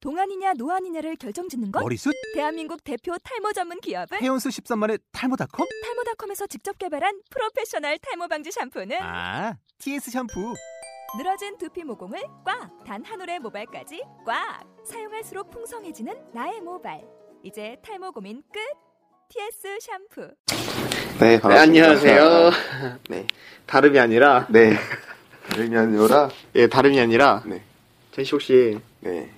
동안이냐 노안이냐를 결정짓는 건 머리숱? 대한민국 대표 탈모 전문 기업은 헤어스 13만의 탈모닷컴? 탈모닷컴에서 직접 개발한 프로페셔널 탈모 방지 샴푸는 아, TS 샴푸. 늘어진 두피 모공을 꽉 단 한 올의 모발까지 꽉 사용할수록 풍성해지는 나의 모발 이제 탈모 고민 끝 TS 샴푸 네, 네, 반갑습니다. 안녕하세요. 네. 다름이 아니라, 네. 다름이 아니라, 예, 다름이 아니라, 네. 전 씨 혹시 네.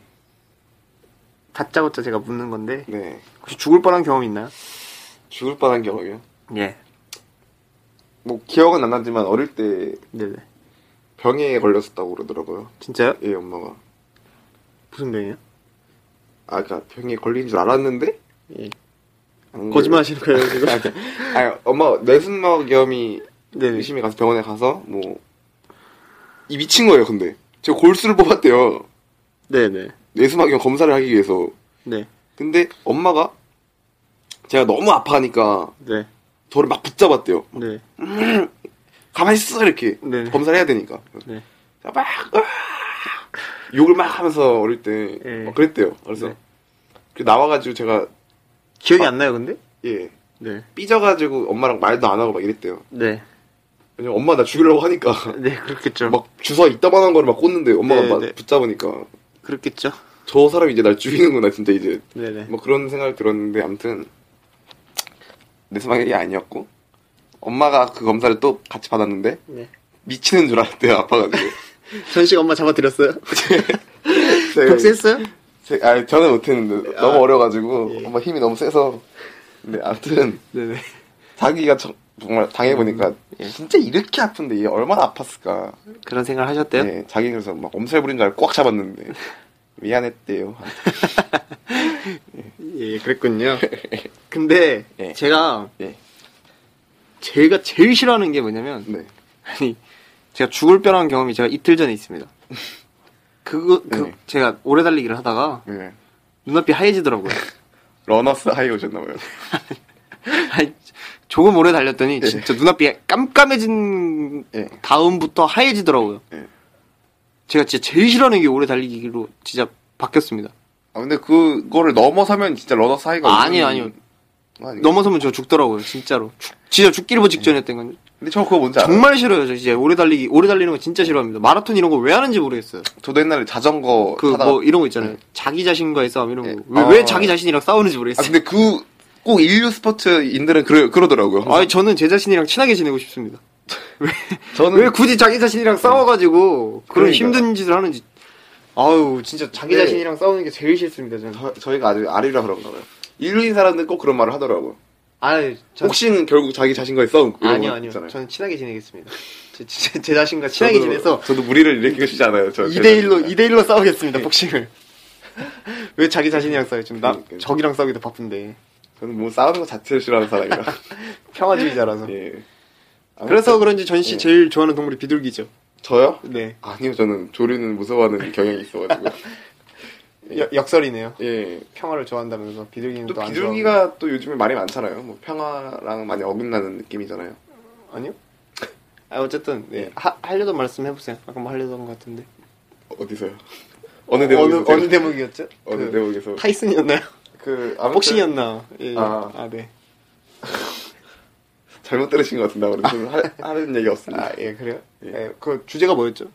다짜고짜 제가 묻는 건데, 네. 혹시 죽을 뻔한 경험 있나요? 죽을 뻔한 경험이요. 예. 뭐, 기억은 안 나지만, 어릴 때 네네. 병에 걸렸었다고 그러더라고요. 진짜요? 예, 엄마가. 무슨 병이에요? 아, 그니까, 병에 걸린 줄 알았는데? 예. 안 거짓말 하시는 거예요, 지금? 걸려- 아니, 아니, 엄마, 뇌순막염이 네네. 의심이 가서 병원에 가서, 뭐, 이 미친 거예요, 근데. 제가 골수를 뽑았대요. 네네. 뇌순막염 검사를 하기 위해서. 네. 근데 엄마가 제가 너무 아파하니까 네. 저를 막 붙잡았대요. 네. 가만히 있어 이렇게 네. 검사를 해야 되니까 네. 제가 막 으아! 욕을 막 하면서 어릴 때 예. 막 그랬대요 그래서 네. 그 나와가지고 제가 기억이 안 나요, 근데? 예 네. 삐져가지고 엄마랑 말도 안 하고 막 이랬대요 네. 왜냐면 엄마 나 죽이려고 하니까 네, 그렇겠죠. 막 주사 이따만한 거를 막 꽂는데 엄마가 네, 막 네. 붙잡으니까 그렇겠죠. 저 사람이 이제 날 죽이는구나 진짜 이제 네네. 뭐 그런 생각이 들었는데 아무튼 내 생각이 아니었고 엄마가 그 검사를 또 같이 받았는데 네. 미치는 줄 알았대요 아파가지고 전 씨가 엄마 잡아드렸어요? 네. 복수했어요? 제- 아니 저는 못했는데 너무 아. 어려가지고 예. 엄마 힘이 너무 세서 근데 아무튼 네네. 자기가 정- 정말 당해보니까 예. 진짜 이렇게 아픈데 얘 얼마나 아팠을까 그런 생각을 하셨대요? 네, 자기 그래서 막 엄살 부린 줄 알고 꽉 잡았는데 미안했대요 예, 그랬군요. 근데 예. 제가 예. 제가 제일 싫어하는 게 뭐냐면 네. 아니 제가 죽을 뻔한 경험이 제가 이틀 전에 있습니다. 그거 그 네. 제가 오래 달리기를 하다가 네. 눈앞이 하얘지더라고요. 러너스 하이 오셨나봐요 아니, 조금 오래 달렸더니 네. 진짜 눈앞이 깜깜해진 예. 다음부터 하얘지더라고요. 네. 제가 진짜 제일 싫어하는 게 오래 달리기로 진짜 바뀌었습니다. 아 근데 그거를 넘어서면 진짜 러너스 하이가 아, 아니요, 아니요. 넘어 넘어서면 저 죽더라고요, 진짜로. 죽- 진짜 죽기로 직전이었던 건데. 근데 저 그거 뭔지 알아요 정말 싫어요, 저 진짜. 오래 달리기, 오래 달리는 거 진짜 싫어합니다. 마라톤 이런 거 왜 하는지 모르겠어요. 저도 옛날에 자전거 그 타다가 뭐 이런 거 있잖아요. 네. 자기 자신과의 싸움 이런 거. 네. 왜, 아. 왜 자기 자신이랑 싸우는지 아 모르겠어요. 근데 그 꼭 인류 스포츠인들은 그러, 그러더라고요 아, 니 저는 제 자신이랑 친하게 지내고 싶습니다. 왜, 저는 음. 왜 굳이 자기 자신이랑 싸워가지고 그런 그러니까요. 힘든 짓을 하는지. 아유, 진짜 자기 네. 자신이랑 싸우는 게 제일 싫습니다, 저는. 저, 희가 아주 아리라 그런가 봐요. 인류인 사람들은 꼭 그런 말을 하더라고요. 아유, 저 혹시는 결국 자기 자신과의 싸움 그런 아니요, 거 아니요. 있잖아요. 저는 친하게 지내겠습니다. 제, 제, 제 자신과 친하게 저도- 지내서 저도 무리를 일으키고 싶지 않아요. 저 2대1로, 2대1로 싸우겠습니다, 복싱을. 왜 자기 자신이랑 싸워요? 지금 네. 나, 그러니까요. 적이랑 싸우기도 바쁜데. 저는 뭐 싸우는 거 자체를 싫어하는 사람이라. 평화주의자라서. 예. 아무튼 그래서 그런지 전 씨 예. 제일 좋아하는 동물이 비둘기죠. 저요? 네. 아니요, 저는 조류는 무서워하는 경향이 있어가지고. 여- 역설이네요. 예. 평화를 좋아한다면서 비둘기는 또 또안 비둘기가 또 요즘에 말이 많잖아요. 뭐 평화랑 많이 어긋나는 느낌이잖아요. 좋아하고. 아니요? 아 어쨌든 네. 예. 하, 하려던 말씀 해보세요. 아까 뭐 하려던 것 같은데. 어디서요? 어느 대목에서? 어느, 제가- 어느 대목이었죠? 어느 그 대목에서? 타이슨이었나요? 그 아무튼 복싱이었나? 예. 아. 아, 네. 잘못 들으신 것 같은데 아무래도 저는 할- 하는 얘기 없습니다. 아 예 그래요? 예. 예. 그 주제가 뭐였죠?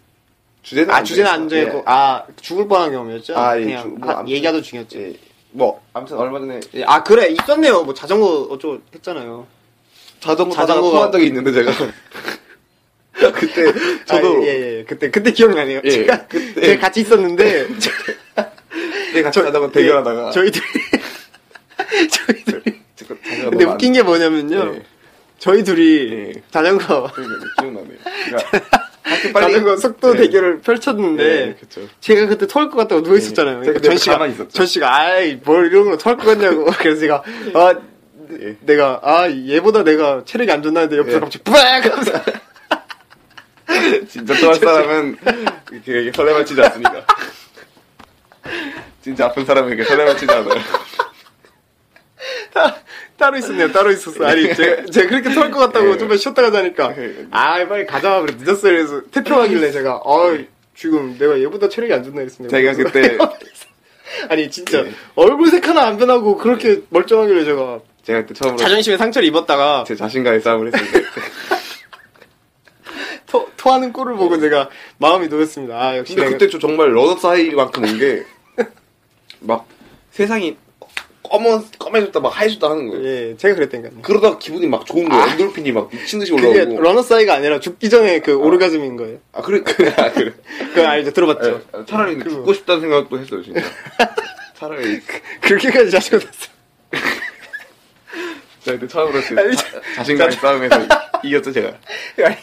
주제는 아 안 주제는 정했어요. 안 정했고 예. 아 죽을 뻔한 경험이었죠? 아, 예, 그냥 주- 뭐, 하- 아무튼- 얘기하던 중이었죠. 예. 뭐 아무튼 얼마 전에 예, 아 그래 있었네요. 뭐 자전거 어쩌고 했잖아요. 자전거 자전거가- 타다가 토한 적이 있는데 제가 그때 저도 아, 예, 예, 예. 그때 그때 기억나네요. 예, 제가 그때- 제가 같이 있었는데 그때 예, 같이 자전거 대결하다가 예, 네, 네, 저희들 저희 둘이 근데 근데 웃긴 게 뭐냐면요. 예. 저희 둘이 예. 자전거 기억나네요. 그러니까 하여튼 빨리 자전거 속도 예. 대결을 예, 펼쳤는데 예, 그쵸. 제가 그때 토할 것 같다고 누워 있었잖아요. 예. 그러니까 제가 전 씨가 가만히 있었죠. 전 씨가 아이 뭘 이런 거 토할 것 같냐고 그래서 제가 네. 아 예. 내가 아 얘보다 내가 체력이 안 좋나 했는데 옆에서 예. 갑자기 뿌악 하면서 진짜 토할 사람은 이렇게 이렇게 설레발 치지 않습니까? 진짜 아픈 사람은 이렇게 설레발 치지 않아요. 따- 따로 있었네요. 따로 있었어. 아니 제가 제가 그렇게 토할 것 같다고 예. 좀만 쉬었다 가자니까 예. 아 빨리 가자 그래 늦었어요. 그래서 태평하길래 제가 아 지금 내가 얘보다 체력이 안 좋나 했습니다. 제가 그때 아니 진짜 네. 얼굴 색 하나 안 변하고 그렇게 멀쩡하길래 제가 제가 그때 처음으로 자존심에 상처를 입었다가 제 자신과의 싸움을 했습니다. 그때. 토, 토하는 꼴을 보고 제가 마음이 놓였습니다. 아 역시 근데 내가- 그때 저 정말 러너 사이만큼 온 게 막 세상이 검은 검해졌다 막 하얘졌다 하는 거예요. 예 제가 그랬다니까요. 그러다가 기분이 막 좋은 거예요. 엔돌핀이 막 미친 듯이 아. 그게 올라오고. 러너 사이가 아니라 죽기 전에 그 오르가즘인 거예요. 아 그래 아, 그래. 그 알죠 들어봤죠. 예, 차라리 그거. 죽고 싶다는 생각도 했어요 진짜. 차라리 그렇게까지 자신 못했어요. 제가 그때 처음으로 아니, 했어요. 자- 자신과의 싸움에서 이겼죠 제가. 예.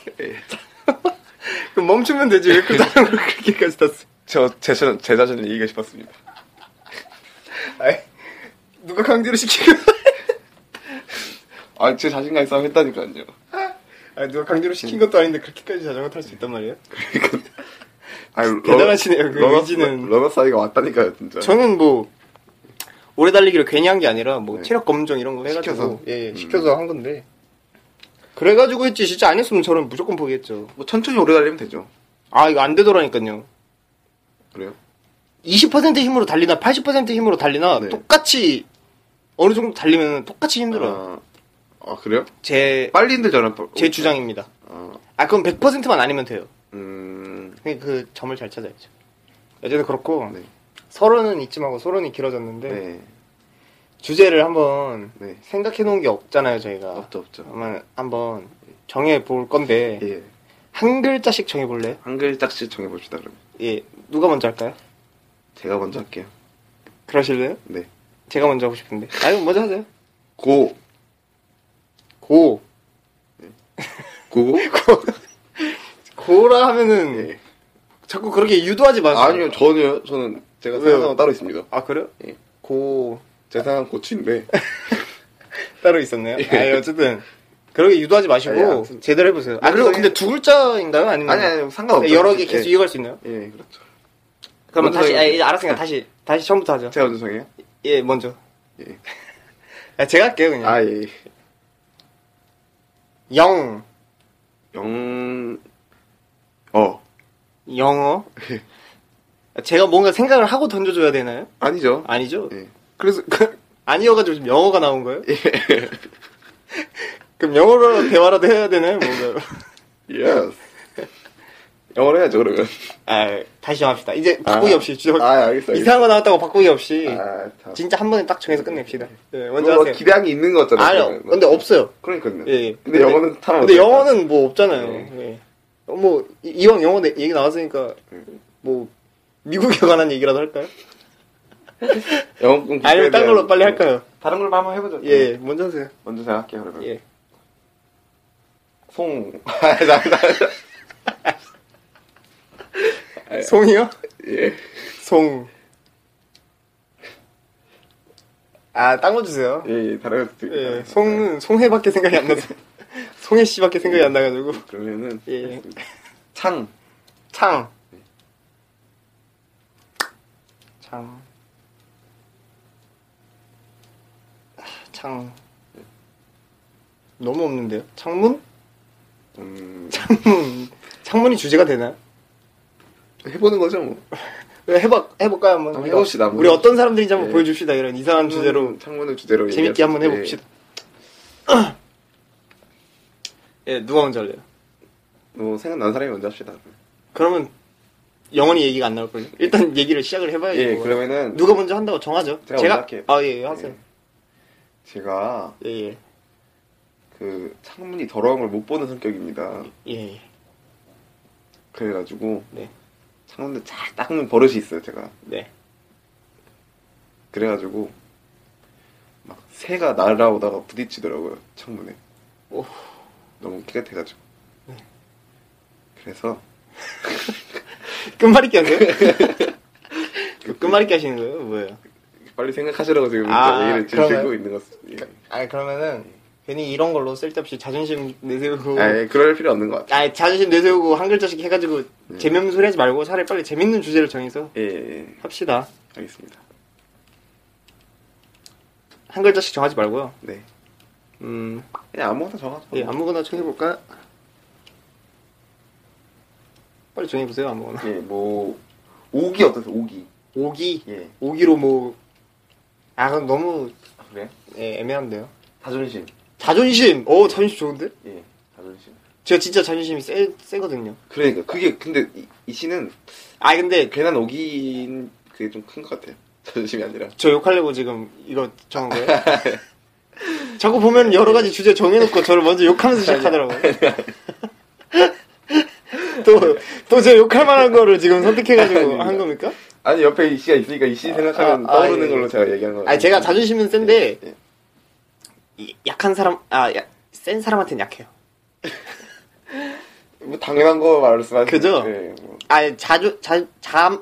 그럼 멈추면 되지 왜 그 다른 걸 그렇게까지 탔어? 저제 제 자신을 이기고 싶었습니다. 아이 누가 강제로 시키고? 아 제 자신과의 싸움 했다니까요. 아 누가 강제로 시킨 것도 아닌데 그렇게까지 자전거 탈 수 있단 말이에요? 아니, 대단하시네요, 그 러너, 의지는. 러너 사이가 왔다니까요 진짜. 저는 뭐 오래 달리기를 괜히 한 게 아니라 뭐 네. 체력 검정 이런 거 해가지고 시켜서? 예, 예, 시켜서 한 건데 그래가지고 했지 진짜 안 했으면 저는 무조건 포기했죠 뭐 천천히 오래 달리면 되죠. 아 이거 안 되더라니까요 그래요? 20% 힘으로 달리나 80% 힘으로 달리나 네. 똑같이 어느 정도 달리면 똑같이 힘들어요 아, 아, 그래요? 제, 빨리 뭐, 힘들잖아. 빨- 제 주장입니다 아, 아 그건 100%만 아니면 돼요 음, 그- 그 점을 잘 찾아야죠 어쨌든 그렇고 네. 서론은 이쯤하고 서론이 길어졌는데 네, 주제를 한번 네. 생각해 놓은 게 없잖아요 네. 저희가 없죠, 없죠. 한번, 한번 정해 볼 건데 예. 한 글자씩 정해 볼래? 한 글자씩 정해봅시다, 그러면. 예, 누가 먼저 할까요? 제가 먼저 할게요. 그러실래요? 네. 제가 먼저 하고 싶은데. 아유 먼저 하세요. 고, 고. 네. 고, 고라 하면은 예. 자꾸 그렇게 유도하지 마세요. 아니요, 전혀요. 저는 제가 왜요? 생각한 건 따로 있습니다. 아 그래요? 예. 고 제 생각은 고추인데. 따로 있었네요. 아 어쨌든 그렇게 유도하지 마시고 예, 아무튼. 제대로 해보세요. 아 그리고 그래서 근데 두 글자인가요? 아니면 아니, 아니, 상관없죠. 여러 개 계속 예. 이어갈 수 있나요? 예, 그렇죠. 그러면 먼저 다시 해요. 아, 예, 알았으니까 다시 다시 처음부터 하죠. 제가 먼저 정해요? 예 먼저. 예. 아, 제가 할게요 그냥. 아, 예. 영 영, 어. 영어. 제가 뭔가 생각을 하고 던져줘야 되나요? 아니죠. 아니죠. 예. 그래서 그- 아니어가지고 지금 영어가 나온 거예요? 그럼 영어로 대화라도 해야 되나요? 뭔가. 예스. 영어로 해야죠, 그러면. 아 다시 정합시다. 이제 바꾸기 아. 없이 주저. 아, 알겠어, 알겠어. 이상한 거 나왔다고 바꾸기 없이 아, 다. 진짜 한 번에 딱 정해서 끝냅시다. 예, 먼저 이거 하세요. 기대한 게 있는 거잖아요. 아니요. 그러면. 근데 없어요. 그러니까요. 네. 예, 예. 근데 영어는 타라. 근데 영어는 뭐 없잖아요. 예. 어, 뭐 이- 이왕 영어 내- 얘기 나왔으니까 뭐 미국에 관한 얘기라도 할까요? 영어 공 아니면 딴 걸로 빨리 할까요? 다른 걸로 한번 해보죠. 예, 예. 먼저 하세요. 먼저 생각할게요, 그러면. 예. 송. 아, 나, 나. 아, 송이요? 예. 송. 아, 딴 거 주세요. 예, 예, 다른 것도 예, 있겠다. 송은 송해밖에 생각이 안 나서 송해 씨밖에 생각이 안 나가지고 그러면은. 예, 예. 창. 창. 창. 아, 창. 너무 없는데요? 창문? 음, 창문. 창문이 주제가 되나요? 해보는 거죠, 뭐. 해봐, 해볼까요? 한번 한번 해봅시다, 한번. 우리 어떤 사람들인지 한번 예. 보여줍시다. 이런 이상한 주제로. 창문을 주제로. 재밌게 얘기하죠. 한번 해봅시다. 예, 누가 먼저 할래요? 예. 뭐, 생각난 사람이 먼저 합시다. 그러면 영원히 얘기가 안 나올 걸요. 일단 얘기를 시작을 해봐야죠. 예, 그러면은. 뭐. 누가 먼저 한다고 정하죠. 제가 먼저 할게요. 아, 예, 예, 하세요. 제가 예, 예, 그 창문이 더러운 걸 못 보는 성격입니다. 예, 예. 그래가지고 네. 창문을 잘 닦는 버릇이 있어요 제가 네. 그래가지고 막 새가 날아오다가 부딪히더라고요 창문에 오. 너무 깨끗해가지고 네. 그래서 끝말잇기 하세요? 그 끝말잇기 하시는 거예요? 뭐예요? 빨리 생각하시라고 지금 아, 얘기를 지금 그러면- 들고 있는 것 같습니다 아, 그러면은 괜히 이런 걸로 쓸데없이 자존심 내세우고. 아, 예, 그럴 필요 없는 것 같아요 아, 자존심 내세우고 한 글자씩 해가지고 재미없는 소리 하지 말고 차라리 빨리 재밌는 주제를 정해서 예, 예, 예. 합시다. 알겠습니다 한 글자씩 정하지 말고요. 네 음, 그냥 아무거나 정하죠 예, 아무거나 정해볼까? 빨리 정해보세요, 아무거나. 예, 뭐 오기 어떠세요 오기 오기 예. 오기로 뭐. 아, 그럼 너무 아, 그래요? 예, 애매한데요. 자존심. 자존심. 어, 자존심 좋은데? 예. 자존심. 제가 진짜 자존심이 세, 세거든요. 그러니까 그게 근데 이, 이 시는 아, 근데 괜한 오기인 그게 좀 큰 것 같아요. 자존심이 아니라. 저 욕하려고 지금 이거 정한 거예요? 자꾸 보면 여러 가지 주제 정해놓고 저를 먼저 욕하면서 시작하더라고요. 또, 또 제가 욕할 만한 거를 지금 선택해가지고 한 겁니까? 아니 옆에 이 씨가 있으니까 이 씨 생각하면 아, 아, 떠오르는 예. 걸로 제가 얘기한 거예요. 아, 제가 자존심은 센데, 예. 이- 약한 사람, 아, 야- 센 사람한테는 약해요. 뭐 당연한 거 말씀하시는 그죠? 예, 뭐. 아, 자주, 자, 자,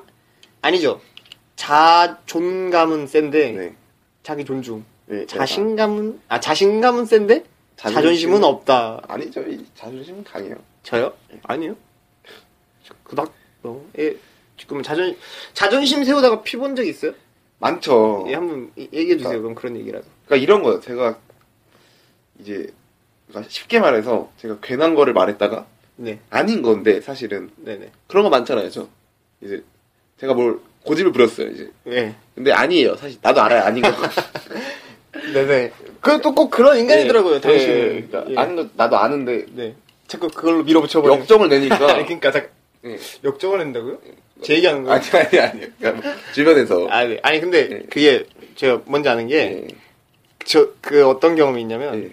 아니죠. 자존감은 센데, 네. 자기 존중. 예, 아, 예. 자신감은, 아, 자신감은 센데, 자존심은- 자존심은 없다. 아니죠. 이 자존심은 강해요. 저요? 아니요. 그닥 어, 예. 지금 자존 자존심 세우다가 피 본 적 있어요? 많죠. 예, 한번 이- 얘기해 주세요. 그럼 그런 얘기라도. 그러니까 이런 거예요. 제가 이제 그러니까 쉽게 말해서 제가 괜한 거를 말했다가 네, 아닌 건데 사실은 네, 네, 그런 거 많잖아요. 저 이제 제가 뭘 고집을 부렸어요. 이제 네, 근데 아니에요. 사실 나도 알아요. 아닌 거. 네, 네. 그또꼭 그런 인간이더라고요. 예, 당신. 예, 은 그러니까 아닌 거 나도 아는데 네. 자꾸 그걸로 밀어붙여버려. 역정을 내니까 그러니까 잠 예. 역정을 낸다고요? 제 얘기하는 거예요? 아니 아니 아니. 그러니까 주변에서 아, 네. 아니 근데 예. 그게 제가 뭔지 아는 예. 게 저 그 어떤 경험이 있냐면 예.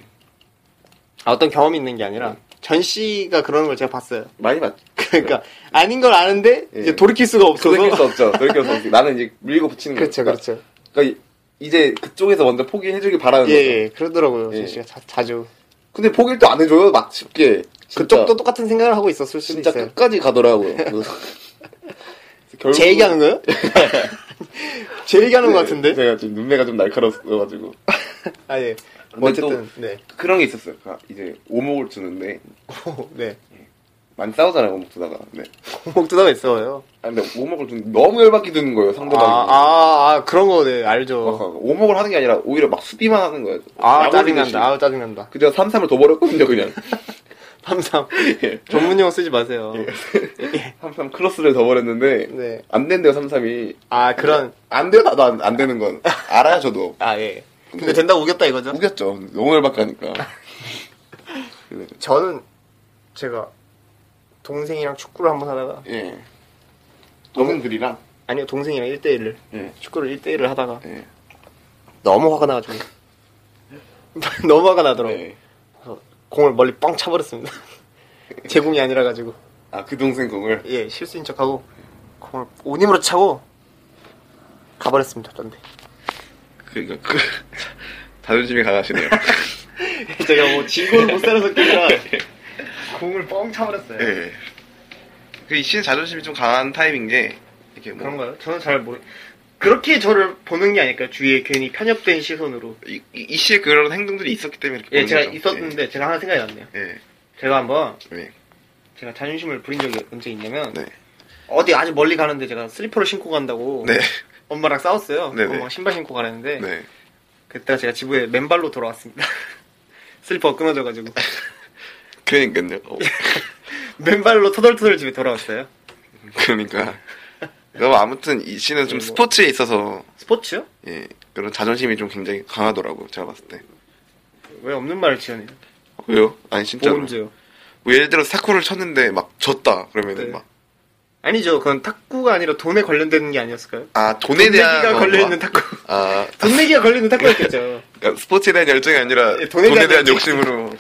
아, 어떤 경험이 있는 게 네. 아니라 전 씨가 그러는 걸 제가 봤어요. 많이 맞. 그러니까 아닌 걸 아는데 예. 이제 돌이킬 수가 없어서 돌이킬 수 없죠. 돌이킬 수 없지. 나는 이제 밀고 붙이는 거예요. 그렇죠, 그렇죠. 그러니까 이- 이제 그쪽에서 먼저 포기해주길 바라는 예, 거죠. 예, 그러더라고요. 예. 예. 씨가 자, 자주. 근데 포기를 또 안 해줘요. 막 쉽게. 진짜. 그쪽도 똑같은 생각을 하고 있었을 수도 진짜 그 있어요. 끝까지 가더라고요. 그래서 결국은 제 얘기하는 거예요? 네. 제 얘기하는 것 같은데? 제가 지금 눈매가 좀 날카로워가지고. 아, 예. 근데 어쨌든, 네. 그런 게 있었어요. 그러니까 이제 오목을 주는데 어, 오, 네. 많이 싸우잖아요. 오목 두다가. 네. 목두다가 있어요. 아, 근데 오목을 주는 너무 열받게 드는 거예요. 아, 상대방이. 아, 아, 그런 거, 네, 알죠. 막 오목을 하는 게 아니라 오히려 막 수비만 하는 거예요. 아, 어. 야구 짜증난다. 듯이. 아, 짜증난다. 그저 3, 3을 둬버렸거든요, 그냥. 삼삼. 예. 전문 용어 쓰지 마세요. 예. 3, 3 크로스를 둬버렸는데 네. 안 된대요, 3, 3이. 아, 그런. 안 돼요, 나도 안, 안 되는 건. 알아요, 저도. 아, 예. 근데 된다고 우겼다 이거죠? 우겼죠. 너무 열받게 하니까. 저는 제가 동생이랑 축구를 한번 하다가 예. 동생들이랑. 아니요, 동생이랑 1대1을 예. 축구를 1대1을 하다가 예. 너무 화가 나가지고 너무 화가 나더라고 요 예. 공을 멀리 뻥 차버렸습니다 제 공이 아니라 가지고 아, 그 동생 공을. 예 실수인 척하고 공을 온 힘으로 차고 가버렸습니다 던데 그니까, 그, 자존심이 강하시네요. 제가 뭐 진고를 못 살아서 그니라 공을 뻥 차버렸어요 예. 그, 이 씨는 자존심이 좀 강한 타입인 게, 이렇게 뭐. 그런가요? 저는 잘 모르 그렇게 저를 보는 게 아닐까요? 주위에 괜히 편협된 시선으로 이, 이- 이 씨의 그런 행동들이 있었기 때문에 이렇게. 예 보는 제가 거죠. 있었는데 제가 하나 생각이 났네요 예. 예. 제가 한번 예. 제가 자존심을 부린 적이 언제 있냐면 네. 어디 아주 멀리 가는데 제가 슬리퍼를 신고 간다고 네. 엄마랑 싸웠어요. 네네. 엄마가 신발 신고 가라는데 네. 그때 제가 집에 맨발로 돌아왔습니다. 슬리퍼가 끊어져가지고 그러니까요. 어, 맨발로 터덜터덜 집에 돌아왔어요. 그러니까. 그럼 아무튼 이 씨는 좀 예, 뭐. 스포츠에 있어서, 스포츠요? 예. 그런 자존심이 좀 굉장히 강하더라고요. 제가 봤을 때. 왜 없는 말을 지어내요? 왜요? 아니, 진짜로. 언제요? 뭐 예를 들어서 탁구를 쳤는데 막 졌다 그러면 네. 은 막 아 아니죠. 그건 탁구가 아니라 돈에 관련되는 게 아니었을까요? 돈에 대한 돈 내기가 어, 걸려 있는 아, 탁구. 아 돈 내기가 걸려 있는 탁구였겠죠. 그러니까 스포츠에 대한 열정이 아니라 예, 돈에 돈에, 대한 대한 열정. 욕심으로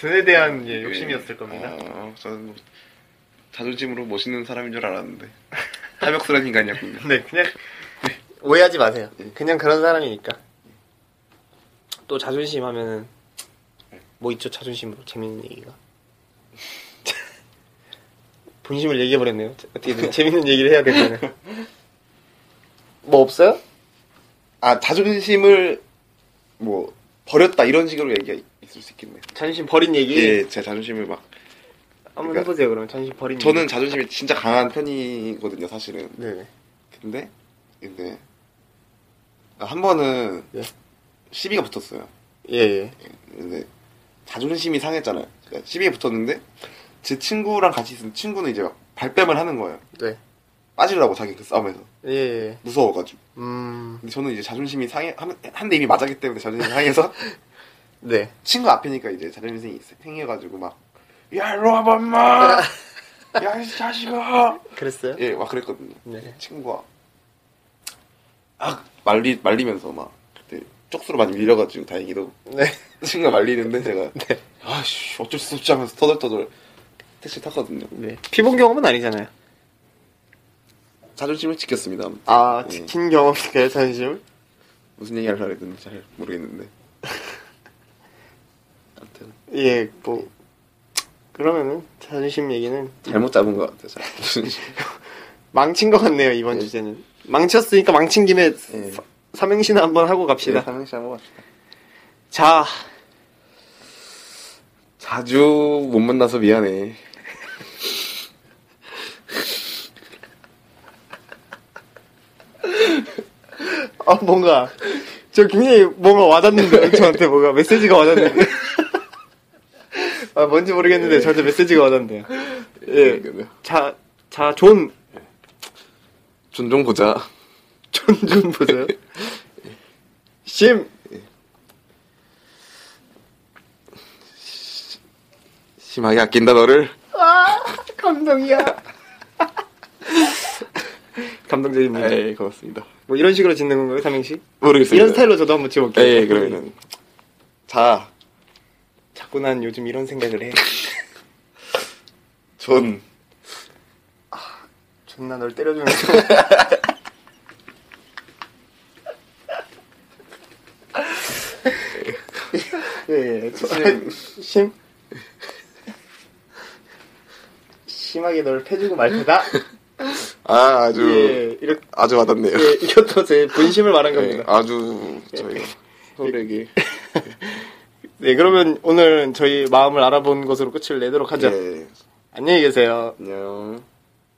돈에 대한 예, 욕심이었을 겁니다. 아, 저는 뭐 자존심으로 멋있는 사람인 줄 알았는데 탐욕스러운 인간이었군요. 네, 그냥 오해하지 마세요. 그냥 그런 사람이니까. 또 자존심 하면은 뭐 있죠? 자존심으로 재밌는 얘기가. 본심을 얘기해 버렸네요. 어떻게든 재밌는 얘기를 해야 되잖아요. 뭐 없어요? 아 자존심을 뭐 버렸다 이런 식으로 얘기가 있을 수 있겠네요. 자존심 버린 얘기 예, 제 자존심을 막 한번 그러니까 해보세요. 그러면 자존심 버린 저는 얘기. 자존심이 진짜 강한 편이거든요, 사실은. 음. 네네. 근데 근데 한 번은 예. 시비가 붙었어요. 예예. 근데 자존심이 상했잖아요. 그러니까 시비에 붙었는데 제 친구랑 같이 있는 친구는 이제 막 발뺌을 하는 거예요. 네. 빠지려고 자기 그 싸움에서 예, 예. 무서워가지고. 음, 근데 저는 이제 자존심이 상해 한한대 이미 맞았기 때문에 자존심이 상해서 네. 친구 앞이니까 이제 자존심이 생해가지고 막 야 일로 와봐 엄마 야이 자식아 그랬어요? 예 막 그랬거든요 네. 친구가 아 말리 말리면서 막 그때 쪽수로 많이 밀려가지고 다행히도 네. 친구가 말리는데 제가 아씨 어쩔 수 없지 하면서 터덜터덜 택시 탔거든요 네. 피본 경험은 아니잖아요. 자존심을 지켰습니다 아무튼. 아, 예, 지킨 경험이 그자존심 무슨 얘기 하려고 했는지 잘 모르겠는데 아무튼 예, 뭐 그러면은 자존심 얘기는 잘못 잡은 것 같아요 자존심 망친 것 같네요 이번 예. 주제는 망쳤으니까 망친 김에 예. 사- 삼행시나 한번 하고 갑시다. 예, 삼행시 한번 갑시다 자, 자주 못 만나서 미안해 아 뭔가 저 굉장히 뭔가 와닿는데 저한테 뭔가 메시지가 와닿는데. 아 뭔지 예. 모르겠는데 저한테 메시지가 와닿네요. 예, 그- 자, 자, 존, 존중 보자 존존 보세요. 심, 심하게 아낀다 너를 감동이야. 감동적인 문제. 에이 고맙습니다 뭐 이런 식으로 짓는 건가요, 삼행시? 예. 모르겠습니다 이런 스타일로 네. 저도 한번 지어볼게요. 에이 그러면은 자 자꾸 난 요즘 이런 생각을 해. 존. 존나 널 때려주면서. 예, 예. 심. 심. 심하게 널 패주고 말 테다. 아, 아주, 예, 이렇게. 아주 와닿네요. 예, 이것도 제 분심을 말한 예, 겁니다. 아주, 저희가, 서울에게, 네, 그러면 오늘 저희 마음을 알아본 것으로 끝을 내도록 하죠. 예, 안녕히 계세요. 안녕.